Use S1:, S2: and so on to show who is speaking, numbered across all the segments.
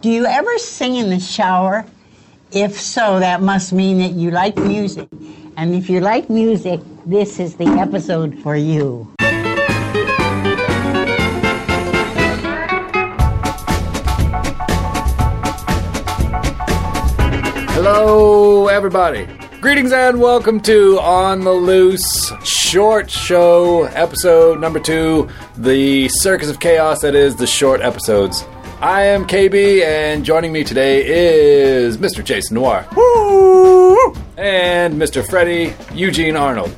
S1: Do you ever sing in the shower? If so, that must mean that you like music. And if you like music, this is the episode for you.
S2: Hello, everybody. Greetings and welcome to On the Loose short show episode number two, the Circus of Chaos that is the short episodes. I am KB, and joining me today is Mr. Jason Noir. Woo! And Mr. Freddie Eugene Arnold.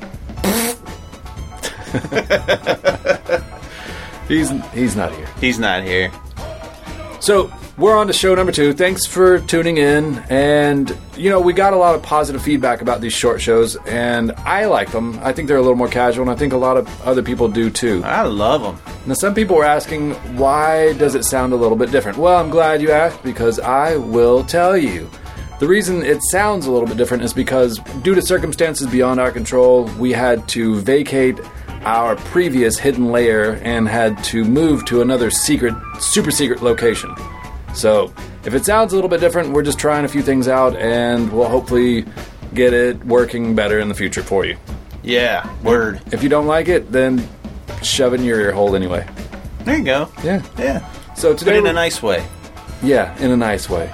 S2: he's he's not here.
S3: He's not here.
S2: So we're on to show number two. Thanks for tuning in, and you know we got a lot of positive feedback about these short shows, and I like them. I think they're a little more casual, and I think a lot of other people do too.
S3: I love him.
S2: Now, some people were asking why does it sound a little bit different. Well, I'm glad you asked because I will tell you. The reason it sounds a little bit different is because due to circumstances beyond our control, we had to vacate our previous hidden layer and had to move to another secret, super secret location. So, if it sounds a little bit different, we're just trying a few things out and we'll hopefully get it working better in the future for you.
S3: Yeah. Word.
S2: If you don't like it, then shove it in your ear hole anyway.
S3: There you go.
S2: Yeah.
S3: Yeah.
S2: So
S3: Put
S2: today,
S3: it in
S2: we're-
S3: a nice way.
S2: yeah, in a nice way.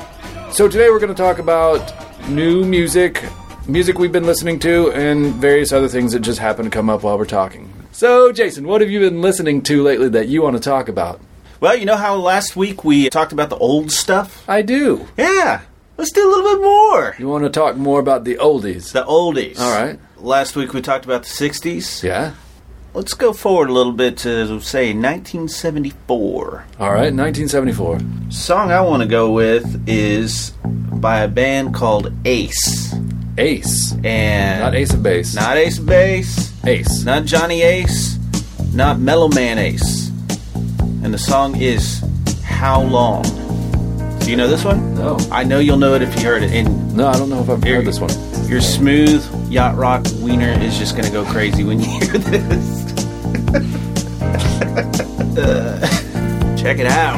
S2: So today we're going to talk about new music, music we've been listening to, and various other things that just happen to come up while we're talking. So, Jason, what have you been listening to lately that you want to talk about?
S3: Well, you know how last week we talked about the old stuff?
S2: I do.
S3: Yeah. Let's do a little bit more.
S2: You want to talk more about the oldies?
S3: The oldies.
S2: All right.
S3: Last week we talked about the 60s.
S2: Yeah.
S3: Let's go forward a little bit to, say, 1974.
S2: All right, 1974.
S3: Song I want to go with is by a band called Ace.
S2: Ace.
S3: And
S2: Not Ace of Base.
S3: Not Ace Base.
S2: Ace.
S3: not Johnny Ace, not Mellow Man Ace. And the song is How Long. Do you know this one?
S2: No.
S3: I know you'll know it if you heard it. And
S2: No, I don't know if I've
S3: Here-
S2: heard this one.
S3: your smooth yacht rock wiener is just going to go crazy when you hear this. Uh, check it out.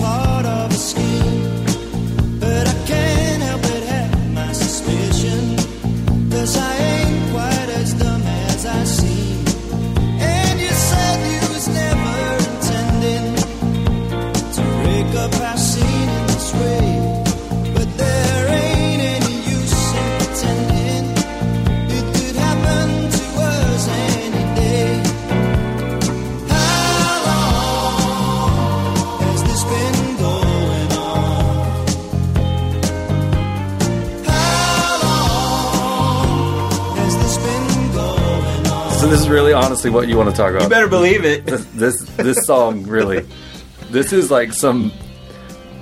S4: Part of a scheme, but I can't help but have my suspicion. Cause I ain't quite as dumb as I seem. And you said you was never intending to break up our scene in this way. But there ain't any use in pretending it could happen to us any day. How long has this been going on? How long has this been going on?
S2: So this is really honestly what you want to talk about.
S3: Better believe it.
S2: this this song really this is like some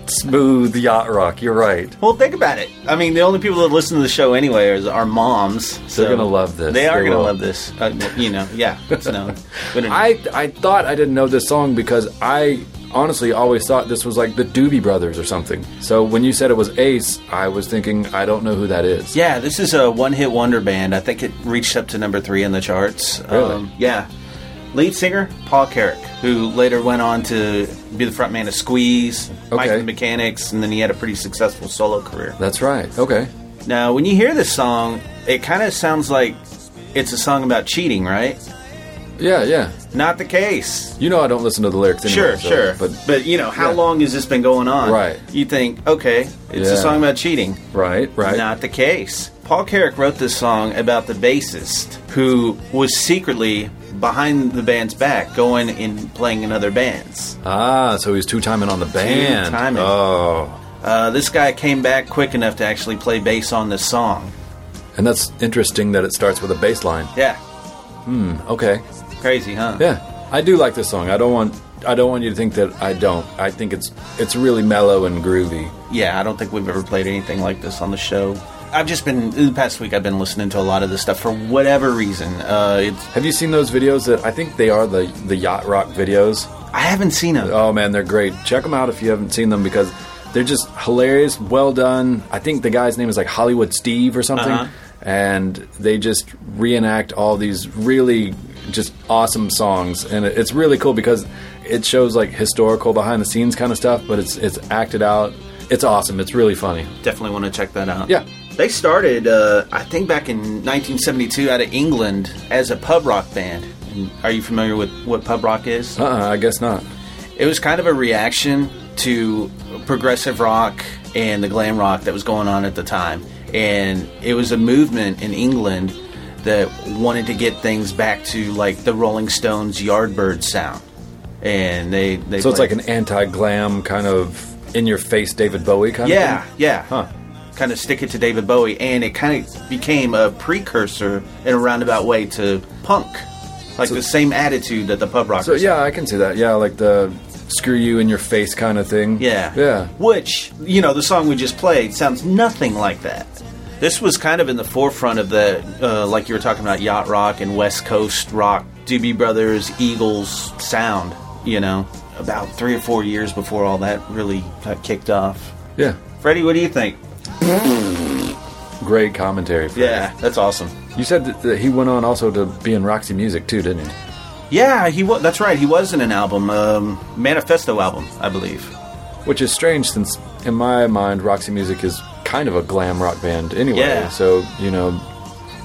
S2: smooth yacht rock you're right
S3: Well, think about it. I mean, the only people that listen to the show anyway is our moms. So
S2: gonna love this.
S3: They are
S2: They
S3: going to
S2: will.
S3: love this. Uh, well, you know, yeah. It's known. But it-
S2: i i thought i didn't know this song because i honestly always thought this was like the doobie brothers or something so when you said it was ace i was thinking i don't know who that is
S3: Yeah, this is a one-hit wonder band. I think it reached up to number three in the charts. Um,
S2: Really?
S3: yeah. Lead singer Paul Carrick, who later went on to be the frontman of Squeeze, Mike
S2: Okay.
S3: and the Mechanics, and then he had a pretty successful solo career.
S2: that's right okay
S3: Now, when you hear this song, it kind of sounds like it's a song about cheating, right?
S2: yeah yeah
S3: Not the case.
S2: you know i don't listen to the lyrics anyway,
S3: Sure,
S2: so-
S3: sure. But,
S2: but
S3: you know, how
S2: yeah.
S3: long has this been going on?
S2: Right.
S3: You think, okay, it's
S2: Yeah.
S3: a song about cheating.
S2: right right
S3: Not the case. Paul Carrick wrote this song about the bassist who was secretly behind the band's back going and playing in other bands.
S2: ah so he's two-timing on the band
S3: Two-timing.
S2: oh
S3: Uh, this guy came back quick enough to actually play bass on this song.
S2: and that's interesting that it starts with a bass line
S3: Yeah.
S2: okay
S3: Crazy, huh?
S2: Yeah, I do like this song. I don't want I don't want you to think that I don't. I think it's it's really mellow and groovy.
S3: Yeah, I don't think we've ever played anything like this on the show. I've just been in the past week. I've been listening to a lot of this stuff for whatever reason. Uh, it's,
S2: Have you seen those videos that I think they are the the yacht rock videos?
S3: I haven't seen it.
S2: Oh man, they're great. Check them out if you haven't seen them because they're just hilarious, well done. I think the guy's name is like Hollywood Steve or something,
S3: Uh-huh.
S2: and they just reenact all these really just awesome songs, and it- it's really cool because it shows like historical behind the scenes kind of stuff, but it's it's acted out. It's awesome. It's really funny.
S3: Definitely want to check that out.
S2: Yeah.
S3: They started, uh, I think, back in 1972 out of England as a pub rock band. And are you familiar with what pub rock is?
S2: Uh, uh I guess not.
S3: It was kind of a reaction to progressive rock and the glam rock that was going on at the time. And it was a movement in England that wanted to get things back to like the Rolling Stones Yardbird sound. And they, they
S2: So it's
S3: played-
S2: like an anti-glam kind of in-your-face David Bowie kind
S3: Yeah,
S2: of thing.
S3: yeah.
S2: Huh.
S3: Kind of stick it to David Bowie, and it kind of became a precursor in a roundabout way to punk, like the same attitude that the pub rockers.
S2: So yeah, I can see that. Yeah, like the screw you in your face kind of thing.
S3: Yeah.
S2: Yeah.
S3: Which, you know, the song we just played sounds nothing like that. This was kind of in the forefront of the, uh, like you were talking about, yacht rock and West Coast rock, Doobie Brothers, Eagles sound, you know, about three or four years before all that really got kicked off.
S2: Yeah.
S3: Freddie, what do you think?
S2: Great commentary. Fred.
S3: Yeah, that's awesome.
S2: You said that, that he went on also to be in Roxy Music too, didn't he?
S3: Yeah, he was. That's right. He was in an album, um, manifesto album, I believe.
S2: Which is strange since, in my mind, Roxy Music is kind of a glam rock band anyway.
S3: Yeah.
S2: So, you know,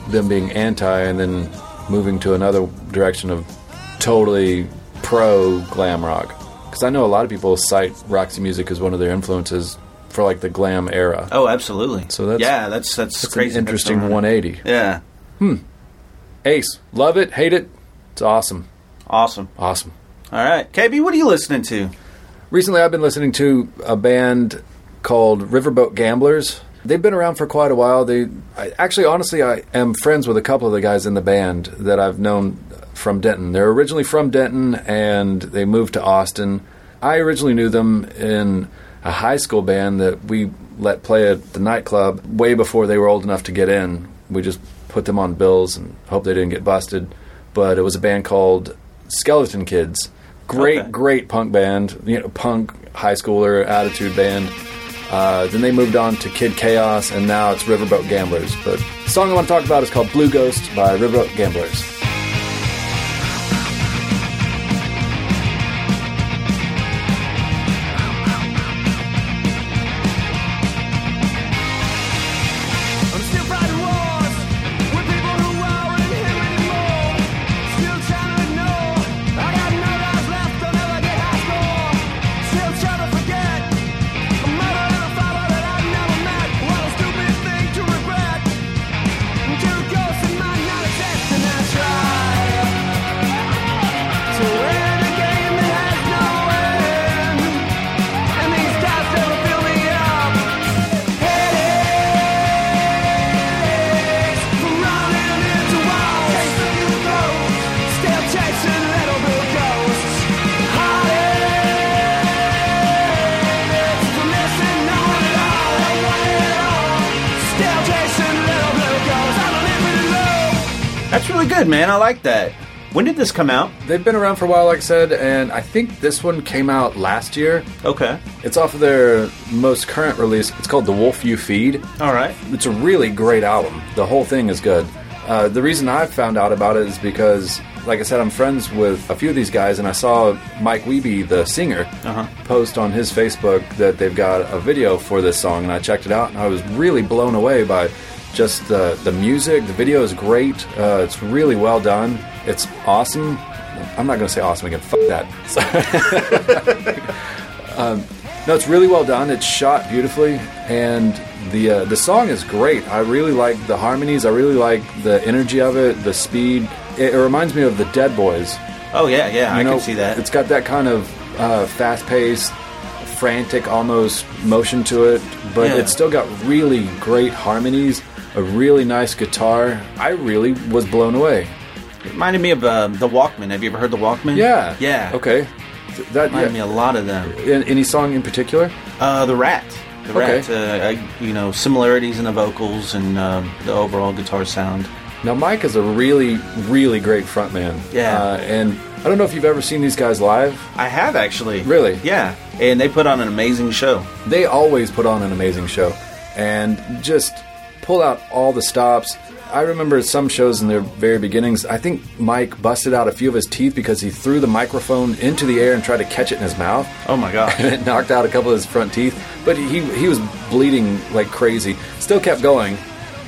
S2: them being anti and then moving to another direction of totally pro glam rock. Because I know a lot of people cite Roxy Music as one of their influences for like the glam era.
S3: Oh, absolutely.
S2: So that's-
S3: yeah, that's that's,
S2: It's
S3: crazy.
S2: an interesting
S3: That's-
S2: 180.
S3: Yeah,
S2: Ace, love it, hate it. It's awesome.
S3: awesome.
S2: Awesome.
S3: All right, KB, what are you listening to?
S2: Recently, I've been listening to a band called Riverboat Gamblers. They've been around for quite a while. They I, actually, honestly, I am friends with a couple of the guys in the band that I've known from Denton. They're originally from Denton, and they moved to Austin. I originally knew them in a high school band that we let play at the nightclub way before they were old enough to get in. We just put them on bills and hope they didn't get busted. But it was a band called Skeleton Kids. Great,
S3: Okay.
S2: great punk band, you know, punk high schooler attitude band. Uh, then they moved on to Kid Chaos, and now it's Riverboat Gamblers. But the song I want to talk about is called Blue Ghost by Riverboat Gamblers.
S5: I'm still fighting wars with people who aren't here anymore. Still trying to ignore. I got no life left. I'll never get high score. Still trying to forget a mother and a father that I never met. What a stupid thing to regret. Two ghosts in my not and I try to win a game that has no end. And these guys never fill me up. Headache.
S3: That's really good, man. I like that. When did this come out?
S2: They've been around for a while, like I said, and I think this one came out last year.
S3: Okay,
S2: It's off of their most current release. It's called The Wolf You Feed.
S3: all right.
S2: It's a really great album. The whole thing is good. Uh, the reason I found out about it is because, like I said, I'm friends with a few of these guys, and I saw Mike Wiebe, the singer, post on his Facebook that they've got a video for this song, and I checked it out, and I was really blown away by just the the music. The video is great. Uh, it's really well done. It's awesome. I'm not going to say awesome again. Fuck that. No, it's really well done. It's shot beautifully, and the uh, the song is great. I really like the harmonies. I really like the energy of it, the speed. It, it reminds me of the Dead Boys.
S3: Oh yeah, yeah. I
S2: You know,
S3: can see that.
S2: It's got that kind of uh, fast paced, frantic almost motion to it, but
S3: Yeah.
S2: it's still got really great harmonies. A really nice guitar. I really was blown away.
S3: It reminded me of uh, the Walkman. Have you ever heard the Walkman?
S2: Yeah.
S3: yeah.
S2: Okay. Th- That
S3: reminded me
S2: yeah.
S3: a lot of them.
S2: An- any song in particular?
S3: Uh, the Rat.
S2: Okay.
S3: Correct. Uh, I, you know, similarities in the vocals and um, the overall guitar sound.
S2: Now, Mike is a really, really great frontman.
S3: Yeah.
S2: Uh, and I don't know if you've ever seen these guys live.
S3: I have actually.
S2: Really?
S3: Yeah. And they put on an amazing show.
S2: They always put on an amazing show and just pull out all the stops. I remember some shows in their very beginnings. I think Mike busted out a few of his teeth because he threw the microphone into the air and tried to catch it in his mouth.
S3: Oh my gosh.
S2: and it knocked out a couple of his front teeth. But he he was bleeding like crazy. Still kept going,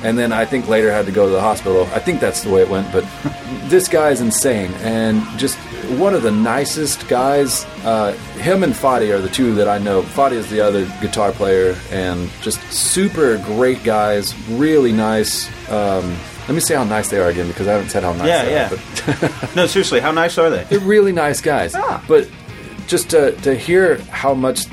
S2: and then I think later had to go to the hospital. I think that's the way it went. But this guy is insane, and just one of the nicest guys. Uh, him and Fadi are the two that I know. Fadi is the other guitar player, and just super great guys. Really nice. Um, let me say how nice they are again because I haven't said how nice
S3: Yeah,
S2: they
S3: yeah.
S2: are. but-
S3: no, seriously, how nice are they?
S2: they're really nice guys.
S3: Ah.
S2: But just to, to hear how much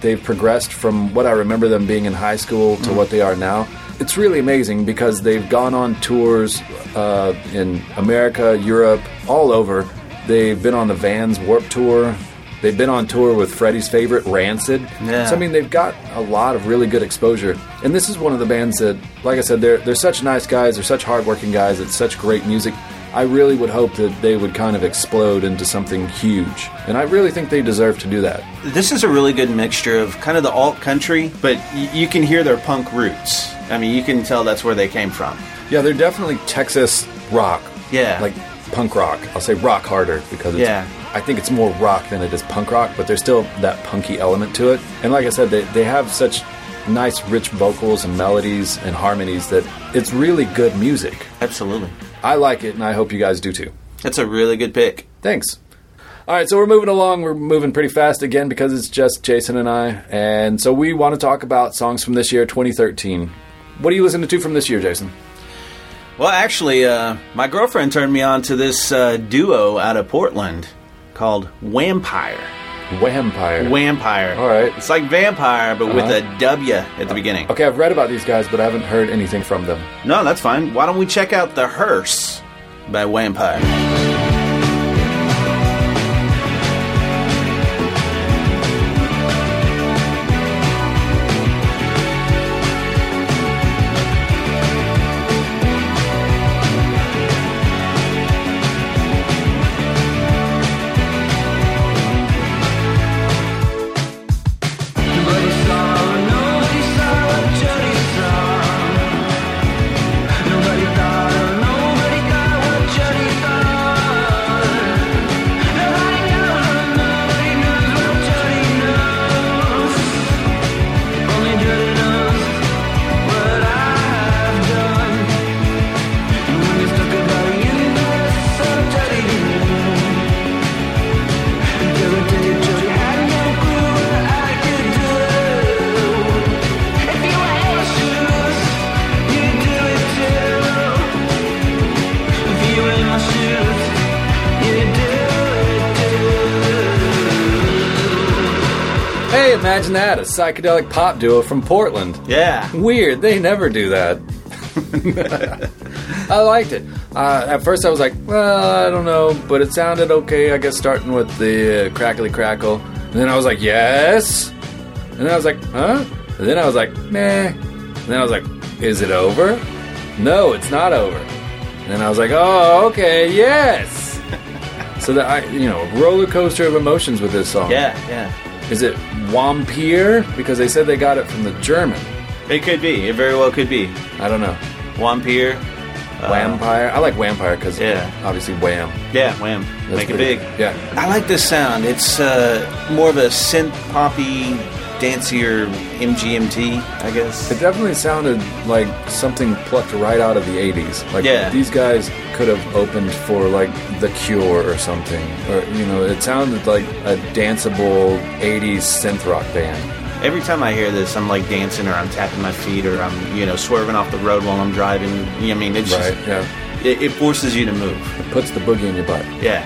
S2: they've progressed from what I remember them being in high school to what they are now, it's really amazing because they've gone on tours uh, in America, Europe, all over. They've been on the Vans Warp Tour. They've been on tour with Freddie's favorite, Rancid.
S3: Yeah.
S2: So, I mean, they've got a lot of really good exposure. And this is one of the bands that, like I said, they're they're such nice guys, they're such hardworking guys, it's such great music. I really would hope that they would kind of explode into something huge. And I really think they deserve to do that.
S3: This is a really good mixture of kind of the alt country, but y- you can hear their punk roots. I mean, you can tell that's where they came from.
S2: Yeah, they're definitely Texas rock.
S3: Yeah.
S2: Like punk rock. I'll say rock harder because it's,
S3: Yeah.
S2: I think it's more rock than it is punk rock, but there's still that punky element to it. And like I said, they, they have such nice, rich vocals and melodies and harmonies that it's really good music.
S3: Absolutely.
S2: I like it, and I hope you guys do too.
S3: That's a really good pick.
S2: Thanks. All right, so we're moving along. We're moving pretty fast again because it's just Jason and I. And so we want to talk about songs from this year, 2013. What are you listening to from this year, Jason?
S3: Well, actually, uh, my girlfriend turned me on to this uh, duo out of Portland called Vampire.
S2: Vampire.
S3: Vampire.
S2: All right.
S3: It's like vampire, but with
S2: Uh-huh.
S3: a W at the beginning.
S2: okay, I've read about these guys, but I haven't heard anything from them.
S3: No, that's fine. Why don't we check out The Hearse by Vampire?
S2: Hey, imagine that a psychedelic pop duo from Portland.
S3: Yeah.
S2: Weird, they never do that. I liked it. Uh, at first, I was like, well, I don't know, but it sounded okay, I guess, starting with the uh, crackly crackle. And then I was like, yes. And then I was like, huh? And then I was like, meh. And then I was like, is it over? No, it's not over. And then I was like, oh, okay, yes. so that I, you know, roller coaster of emotions with this song.
S3: Yeah, yeah.
S2: Is it Wampir? Because they said they got it from the German.
S3: It could be. It very well could be.
S2: I don't know.
S3: Vampire.
S2: Vampire. I like Vampire because
S3: Uh, Yeah.
S2: obviously Wham.
S3: Yeah, wham.
S2: That's
S3: Make it
S2: pretty-
S3: big.
S2: Yeah.
S3: I like this sound. It's uh, more of a synth poppy, dancier MGMT, I
S2: It
S3: guess.
S2: definitely sounded like something plucked right out of the 80s. Like
S3: Yeah.
S2: these guys could have opened for like The Cure or something. Or you know, it sounded like a danceable 80s synth rock band.
S3: Every time I hear this, I'm like dancing or I'm tapping my feet or I'm, you know, swerving off the road while I'm driving. You know, I mean, it's
S2: Right.
S3: just,
S2: Yeah.
S3: it, it forces you to move.
S2: It puts the boogie in your butt.
S3: Yeah.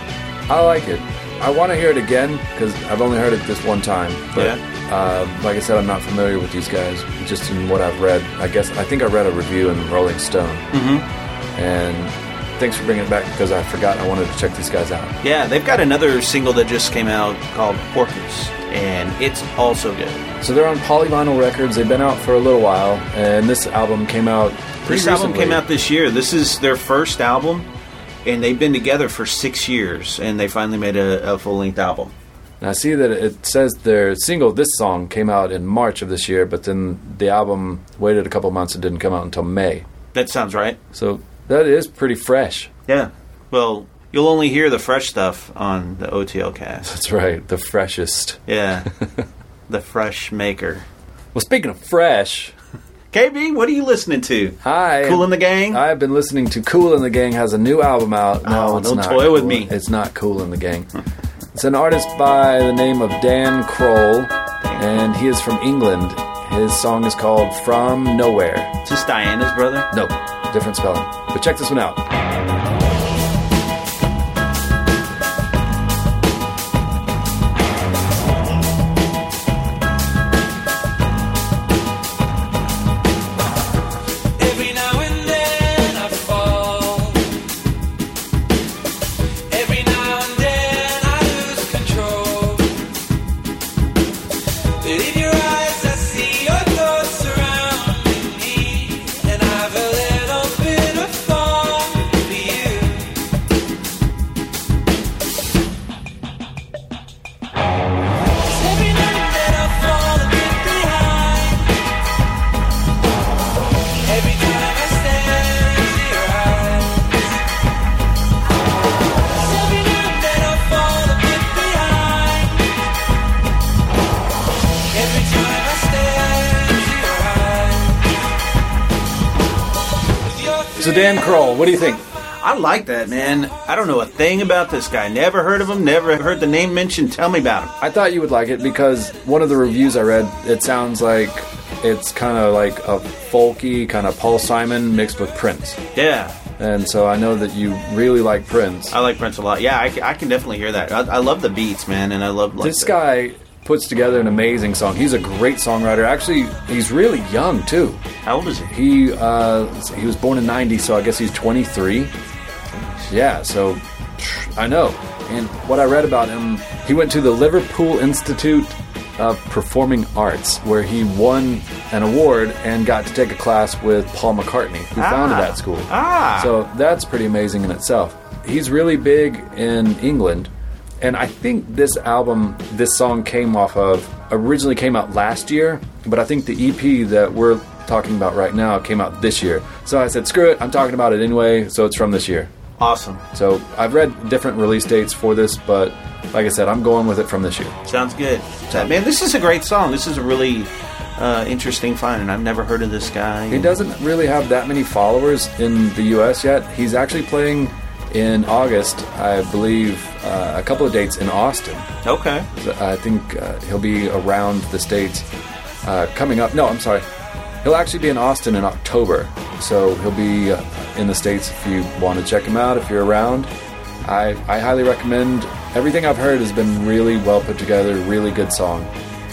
S2: I like it. I want to hear it again because I've only heard it this one time. But uh, like I said, I'm not familiar with these guys. Just in what I've read, I guess I think I read a review in Rolling Stone. Mm-hmm. And thanks for bringing it back because I forgot I wanted to check these guys out.
S3: Yeah, they've got another single that just came out called Porkers, and it's also good.
S2: So they're on Polyvinyl Records. They've been out for a little while, and this album came out. Pretty
S3: This album
S2: recently.
S3: came out this year. This is their first album, and they've been together for six years, and they finally made a, a full length album.
S2: And I see that it says their single, this song, came out in March of this year, but then the album waited a couple months and didn't come out until May.
S3: That sounds right.
S2: So that is pretty fresh.
S3: Yeah. Well, you'll only hear the fresh stuff on the OTL cast.
S2: That's right, the freshest.
S3: Yeah. the fresh maker.
S2: Well, speaking of fresh,
S3: KB, what are you listening to?
S2: hi.
S3: Cool in the Gang?
S2: I've been listening to Cool in the Gang has a new album out. No,
S3: Oh,
S2: it's
S3: don't
S2: not
S3: toy with
S2: Cool-
S3: me.
S2: It's not Cool in the Gang. it's an artist by the name of Dan Kroll, and he is from England. His song is called From Nowhere.
S3: Just Diana's brother?
S2: No, different spelling. But check this one out.
S6: Every now and then I fall. Every now and then I lose control. But in your eyes I see your thoughts surrounding me, and I've a little bit of fall for you. Every now and then I fall a bit behind. Every time I stare into your eyes, every now and then I fall a bit behind. Every time I stare into your eyes.
S2: So Dan Kroll, what do you think?
S3: I like that, man. I don't know a thing about this guy. Never heard of him, never heard the name mentioned. Tell me about him.
S2: I thought you would like it because one of the reviews I read, it sounds like it's kind of like a folky kind of Paul Simon mixed with Prince.
S3: Yeah.
S2: And so I know that you really like Prince.
S3: I like Prince a lot. Yeah, I, c- I can definitely hear that. I, I love the beats, man, and I love like
S2: this
S3: the-
S2: guy puts together an amazing song. He's a great songwriter. Actually, he's really young too.
S3: How old is he?
S2: He uh, he was born in '90, so I guess he's 23. Yeah, so psh, I know. And what I read about him, he went to the Liverpool Institute of Performing Arts, where he won an award and got to take a class with Paul McCartney, who founded
S3: Ah.
S2: that school.
S3: Ah.
S2: So that's pretty amazing in itself. He's really big in England, and I think this album, this song came off of, originally came out last year, but I think the EP that we're talking about right now came out this year. So I said, screw it, I'm talking about it anyway, so it's from this year.
S3: Awesome.
S2: So I've read different release dates for this, but like I said, I'm going with it from this year.
S3: Sounds good. So, man, this is a great song. This is a really uh, interesting find, and I've never heard of this guy.
S2: He doesn't really have that many followers in the U.S. yet. He's actually playing in August, I believe, uh, a couple of dates in Austin.
S3: Okay.
S2: I think uh, he'll be around the states uh, coming up. No, I'm sorry. He'll actually be in Austin in October, so he'll be uh, in the states if you want to check him out if you're around. I I highly recommend. Everything I've heard has been really well put together, really good song.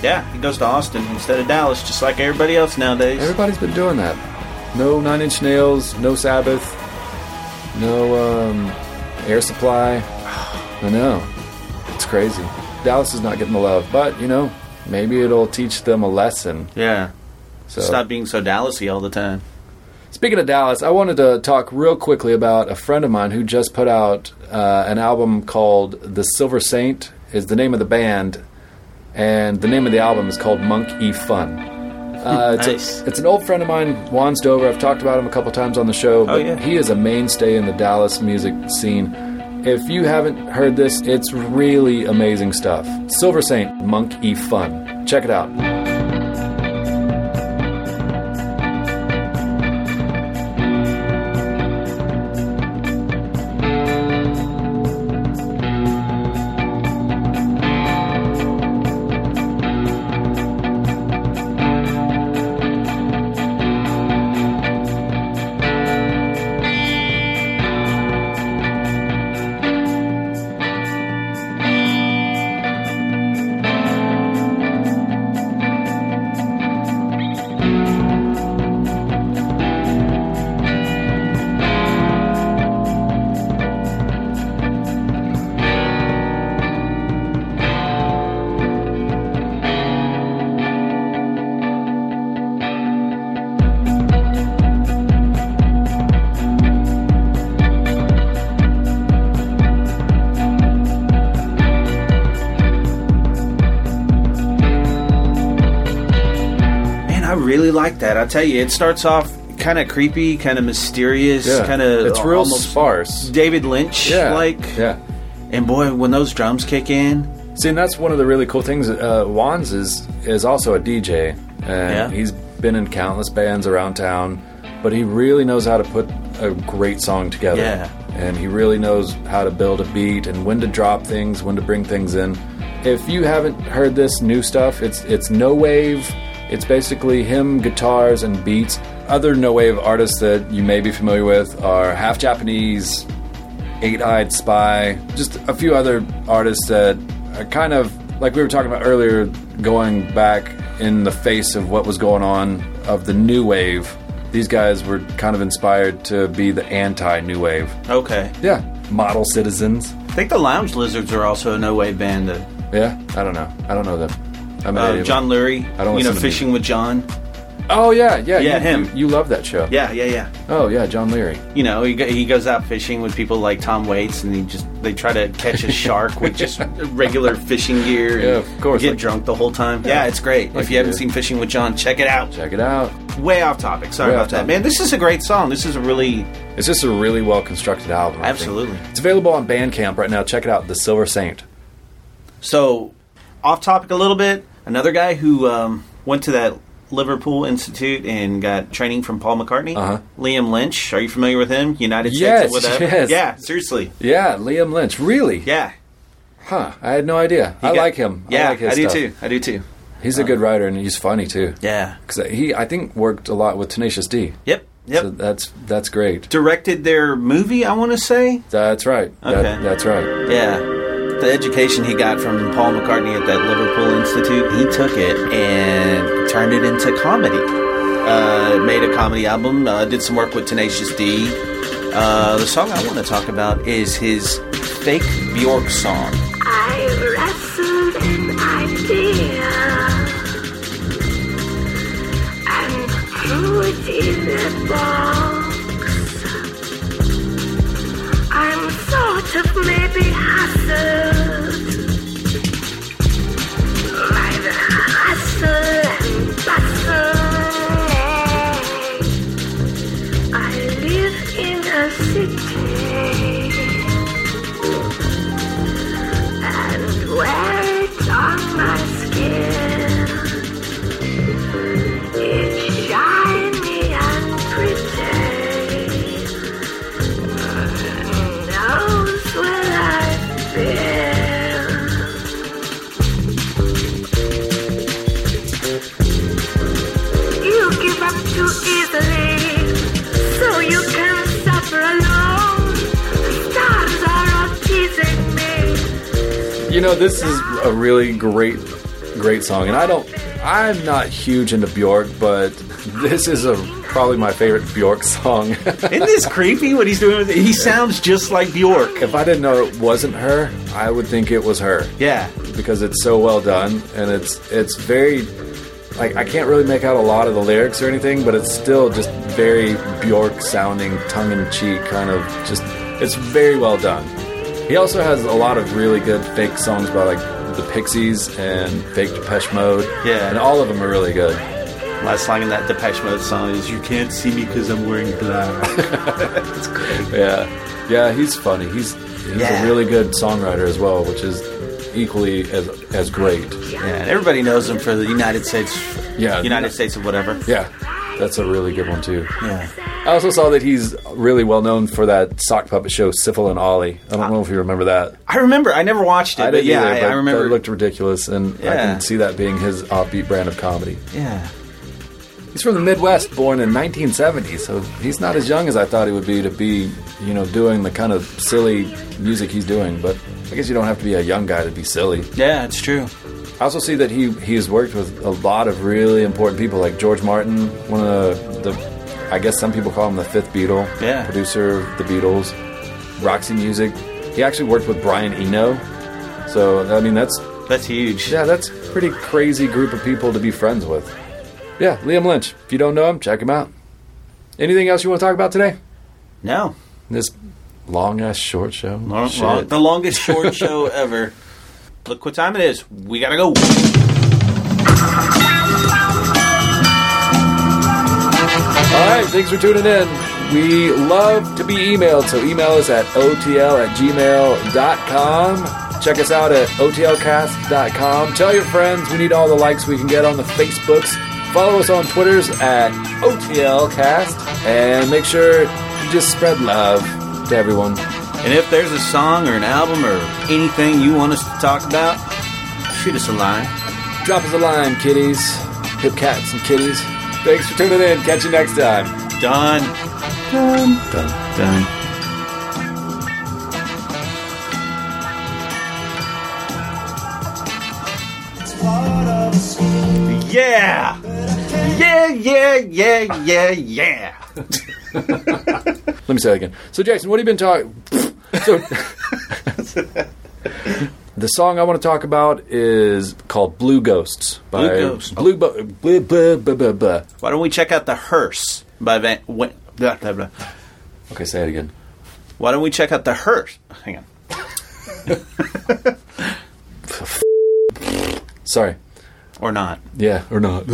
S3: Yeah, he goes to Austin instead of Dallas, just like everybody else nowadays.
S2: Everybody's been doing that. No Nine Inch Nails, no Sabbath, no um, Air Supply. I know. It's crazy. Dallas is not getting the love, but you know, maybe it'll teach them a lesson.
S3: Yeah.
S2: So,
S3: Stop being so Dallasy all the time.
S2: speaking of Dallas, I wanted to talk real quickly about a friend of mine who just put out uh, an album called The Silver Saint. Is the name of the band, and the name of the album is called Monk E Fun. Uh, it's, a-
S3: Nice.
S2: it's an old friend of mine, Juan Stover. I've talked about him a couple times on the show, but
S3: Oh, yeah.
S2: he is a mainstay in the Dallas music scene. If you haven't heard this, it's really amazing stuff. Silver Saint, Monk E Fun. Check it out.
S3: I really like that. I tell you, it starts off kind of creepy, kind of mysterious,
S2: Yeah.
S3: kind of
S2: It's real
S3: almost
S2: sparse.
S3: David Lynch
S2: Yeah.
S3: like.
S2: Yeah.
S3: And boy, when those drums kick in,
S2: See, and that's one of the really cool things. Uh, Wands is is also a DJ, and
S3: Yeah.
S2: he's been in countless bands around town, but he really knows how to put a great song together.
S3: Yeah.
S2: And he really knows how to build a beat and when to drop things, when to bring things in. If you haven't heard this new stuff, it's it's no wave. It's basically him, guitars, and beats. Other no wave artists that you may be familiar with are half Japanese, Eight Eyed Spy, just a few other artists that are kind of like we were talking about earlier, going back in the face of what was going on of the new wave. These guys were kind of inspired to be the anti new wave.
S3: okay.
S2: Yeah, model citizens.
S3: I think the Lounge Lizards are also a no way band. Uh,
S2: Yeah, I don't know. I don't know them. I'm not
S3: uh,
S2: even-
S3: John Lurie,
S2: I don't
S3: you know,
S2: listen to
S3: Fishing with John.
S2: Oh yeah, yeah,
S3: Yeah,
S2: you-
S3: him.
S2: You, you love that show.
S3: Yeah, yeah, yeah.
S2: Oh yeah, John Leary.
S3: You know, he, go, he goes out fishing with people like Tom Waits, and he just they try to catch a shark with just regular fishing gear. and
S2: Yeah, of course,
S3: Get
S2: like-
S3: drunk the whole time. Yeah, it's great.
S2: Like
S3: if you haven't
S2: you-
S3: seen Fishing with John, check it out.
S2: Check it out.
S3: Way off topic. Sorry
S2: Way
S3: about
S2: off
S3: that,
S2: topic.
S3: man. This is a great song. This is a really
S2: It's just a really well constructed album. I think.
S3: Absolutely.
S2: It's available on Bandcamp right now. Check it out, The Silver Saint.
S3: So, off topic a little bit. Another guy who um, went to that Liverpool Institute and got training from Paul McCartney,
S2: Uh-huh.
S3: Liam Lynch. Are you familiar with him? United
S2: Yes,
S3: States, or whatever.
S2: yes.
S3: Yeah, seriously.
S2: Yeah, Liam Lynch. Really?
S3: Yeah,
S2: Huh. I had no idea. I
S3: He got-
S2: like him.
S3: Yeah,
S2: I like his
S3: do
S2: stuff.
S3: too. I do too.
S2: He's a good writer and he's funny too.
S3: Yeah.
S2: 'Cause he, I think, worked a lot with Tenacious D.
S3: Yep. Yep.
S2: So that's that's great.
S3: Directed their movie. I want to say.
S2: That's right. That,
S3: Okay.
S2: that's right.
S3: Yeah. The education he got from Paul McCartney at that Liverpool Institute, he took it and turned it into comedy. Uh, made a comedy album, uh, did some work with Tenacious D. Uh, the song I want to talk about is his fake Bjork song.
S7: I wrestled an idea and threw it in a box. I'm sort of maybe hassled by the hustle and bustle. I live in a city and wear it on my skin. It's shiny and pretty. Knows where I've been. You give up too easily, so you can suffer alone. The stars are all teasing me.
S2: You know, this is a really great, great song, and I don't. I'm not huge into Bjork, but this is a probably my favorite Bjork song.
S3: Isn't this creepy what he's doing with it? He sounds just like Bjork.
S2: if I didn't know it wasn't her, I would think it was her.
S3: Yeah.
S2: because it's so well done and it's it's very like I can't really make out a lot of the lyrics or anything, but it's still just very Bjork sounding, tongue in cheek kind of just it's very well done. He also has a lot of really good fake songs by like the Pixies and Fake Depeche Mode.
S3: Yeah.
S2: And all of them are really good.
S3: Last line in that Depeche Mode song is You can't see me because I'm wearing black.
S2: Yeah. Yeah, he's funny. He's he's
S3: Yeah.
S2: a really good songwriter as well, which is equally as as great.
S3: yeah, and everybody knows him for the United States.
S2: Yeah.
S3: United States of whatever.
S2: Yeah. That's a really good one too.
S3: Yeah.
S2: I also saw that he's really well known for that sock puppet show Syphil and Ollie. I don't know if you remember that.
S3: I remember. I never watched it,
S2: I
S3: but
S2: didn't
S3: yeah,
S2: either,
S3: I,
S2: but
S3: I remember.
S2: That looked ridiculous, and I
S3: Yeah.
S2: can see that being his offbeat brand of comedy.
S3: yeah.
S2: He's from the Midwest, born in 1970, so he's not as young as I thought he would be to be, you know, doing the kind of silly music he's doing. But I guess you don't have to be a young guy to be silly.
S3: Yeah, it's true.
S2: I also see that he he's worked with a lot of really important people, like George Martin, one of the, the I guess some people call him the fifth Beatle,
S3: Yeah.
S2: producer of the Beatles, Roxy Music. He actually worked with Brian Eno, so I mean that's
S3: That's huge.
S2: yeah, that's a pretty crazy group of people to be friends with. Yeah, Liam Lynch. If you don't know him, check him out. Anything else you want to talk about today?
S3: No.
S2: This long ass short show.
S3: Long-
S2: Shit.
S3: long- the longest short show ever. Look what time it is. We gotta go.
S2: right, thanks for tuning in. We love to be emailed, so email us at otl at gmail.com. Check us out at otlcast.com. Tell your friends we need all the likes we can get on the Facebooks. Follow us on Twitters at otlcast. And make sure you just spread love to everyone.
S3: And if there's a song or an album or anything you want us to talk about, shoot us a line.
S2: Drop us a line, kitties. Hip cats and kitties. Thanks for tuning in. Catch you next time.
S3: Done. Done. Done. Done.
S4: part of a scheme.
S3: Yeah! Yeah, yeah, yeah, yeah, yeah.
S2: Let me say that again. So, Jason, what have you been talking? So, the song I want to talk about is called "Blue Ghosts" by
S3: Blue Ghosts.
S2: Blue Bo- blah, blah, blah, blah, blah.
S3: Why don't we check out The Hearse by Van. Wa- blah, blah, blah.
S2: Okay, say it again.
S3: Why don't we check out The Hearse? Hang on.
S2: Sorry.
S3: Or not.
S2: Yeah, or not.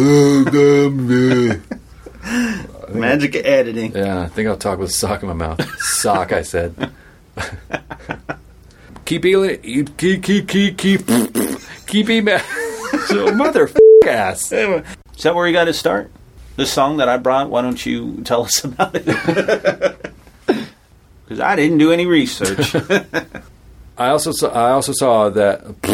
S3: Magic editing.
S2: yeah, I think I'll talk with a sock in my mouth. Sock, I said. keep email. Keep keep keep keep keep email. so mother ass.
S3: Is that where we got to start? The song that I brought, why don't you tell us about it? Because I didn't do any research.
S2: I also saw, I also saw that